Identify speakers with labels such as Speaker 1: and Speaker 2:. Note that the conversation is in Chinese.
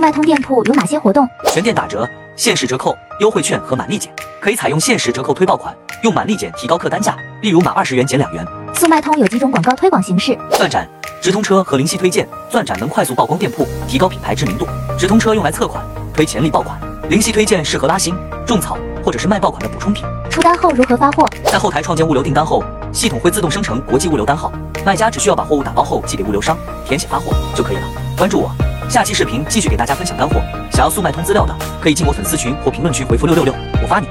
Speaker 1: 麦通店铺有哪些活动？
Speaker 2: 全店打折、限时折扣、优惠券和满立减，可以采用限时折扣推爆款，用满立减提高客单价，例如满二十元减两元。
Speaker 1: 速卖通有几种广告推广形式？
Speaker 2: 钻展、直通车和灵犀推荐，钻展能快速曝光店铺，提高品牌知名度；直通车用来测款，推潜力爆款；灵犀推荐适合拉新、种草或者是卖爆款的补充品。
Speaker 1: 出单后如何发货？
Speaker 2: 在后台创建物流订单后，系统会自动生成国际物流单号，卖家只需要把货物打包后寄给物流商，填写发货就可以了。关注我，下期视频继续给大家分享干货。想要速卖通资料的，可以进我粉丝群或评论区回复六六六，我发你。